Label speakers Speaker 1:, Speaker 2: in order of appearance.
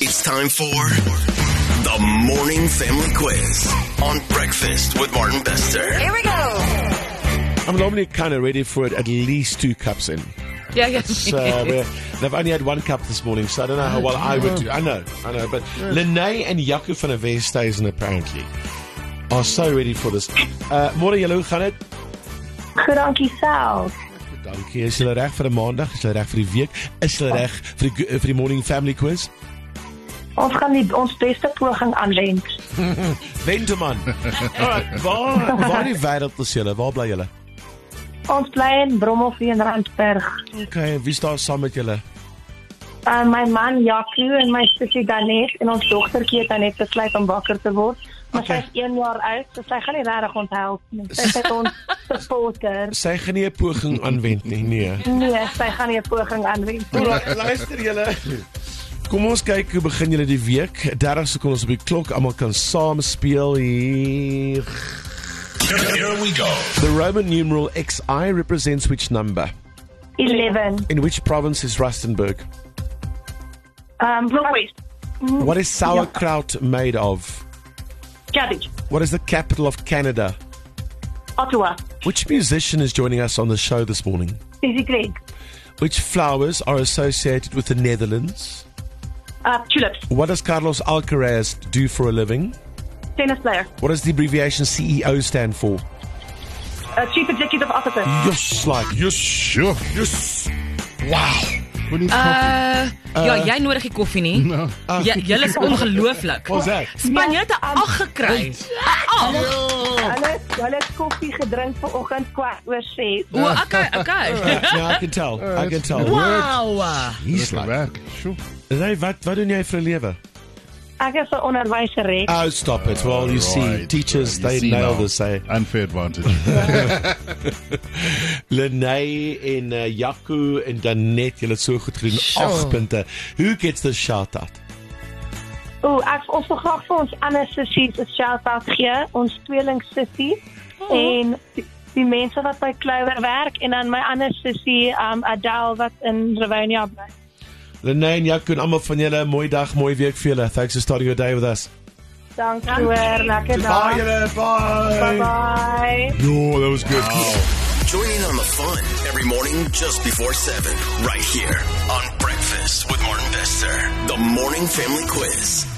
Speaker 1: It's time for the Morning Family Quiz on Breakfast with Martin Bester.
Speaker 2: Here we go.
Speaker 3: I'm normally kind of ready for it at least two cups in.
Speaker 4: Yeah, yeah.
Speaker 3: So we're- and I've only had one cup this morning, so I don't know how well I would do. I know, I know. But Lene and Jaco van der Westhuizen apparently are so ready for this. Uh, Môre julle, hoe gaan dit?
Speaker 5: Goed, dankie self.
Speaker 3: Dankie. Is julle reg vir 'n maandag? Is julle reg vir die week? Is julle reg vir die eh, vir die morning family quiz?
Speaker 5: Ons gaan die, ons beste poging aanwend.
Speaker 3: Wenteman. Alright, waar waar in die wêreld is julle? Waar bly julle?
Speaker 5: Ons bly in Brommelvie en Randburg.
Speaker 3: Okay, wie staan saam met julle?
Speaker 5: Uh, my man Jaco en my sussie Danet en ons dogtertjie het net besluit om wakker te word. Maar
Speaker 3: Okay.
Speaker 5: okay. sy is 1 jaar oud, so sy gaan nie regtig ons help nie. Sy het ons supporter.
Speaker 3: Sy gaan nie 'n poging aanwend nie. Nee.
Speaker 5: Nee, sy gaan nie 'n poging aanwend nie.
Speaker 3: Alraai, luister julle. Kom ons kyk hoe begin julle die week. 30 sekondes op die klok. Almal kan saam speel hier.
Speaker 1: Here we go.
Speaker 3: The Roman numeral XI represents which number?
Speaker 5: 11.
Speaker 3: In which province is Rustenburg?
Speaker 5: Um Northwest.
Speaker 3: What is sauerkraut made of?
Speaker 5: Cabbage.
Speaker 3: What is the capital of Canada?
Speaker 5: Ottawa.
Speaker 3: Which musician is joining us on the show this morning?
Speaker 5: Susie Craig.
Speaker 3: Which flowers are associated with the Netherlands?
Speaker 5: Uh tulips.
Speaker 3: What does Carlos Alcaraz do for a living?
Speaker 5: Tennis player.
Speaker 3: What does the abbreviation CEO stand for?
Speaker 5: Uh, chief executive officer.
Speaker 3: Yes, like
Speaker 6: Yes, sure. Yes. Wow. Kon nie
Speaker 4: Uh, ja, jy nodig die koffie nie. No. Jy julle is ongelooflik. Oh.
Speaker 3: Ons ek.
Speaker 4: Span jy het 'n ag gekry.
Speaker 5: Hulle hulle het koffie gedrink vanoggend kwart oor 6.
Speaker 4: O, okay, okay.
Speaker 3: Yeah, I Ja, can tell. I can tell.
Speaker 4: Wow.
Speaker 6: Dis werk. Sure.
Speaker 3: Nee, wat wat doen jy vir 'n lewe?
Speaker 5: Ek is 'n onderwyser. hè.
Speaker 3: Oh, stop it. Well, you see,
Speaker 6: Right.
Speaker 3: teachers
Speaker 6: You
Speaker 3: they
Speaker 6: see
Speaker 3: nail
Speaker 6: now.
Speaker 3: this. Eh?
Speaker 6: Unfair advantage.
Speaker 3: Lenay en uh, Jaco en Danet, julle het so goed gedoen. 8 punte. Who gets the shout out?
Speaker 5: Ooh, ek ons wil graag vir ons ander sissies 'n shout-out gee, ons tweeling sissie oh. en die, die mense wat by Clover werk en dan my ander sissie, um Adele wat in Rivonia bly.
Speaker 3: Lenay en Jaco en almal van julle, mooi dag, mooi week vir julle. Thanks for starting your day with us.
Speaker 5: Dankie hoor, lekker
Speaker 3: Bye
Speaker 5: dag.
Speaker 3: julle.
Speaker 5: Bye
Speaker 3: Bye.
Speaker 5: bye.
Speaker 6: Yo, that was good.
Speaker 1: Join in on the fun every morning just before 7, right here on Breakfast with Martin Bester. The Morning Family Quiz.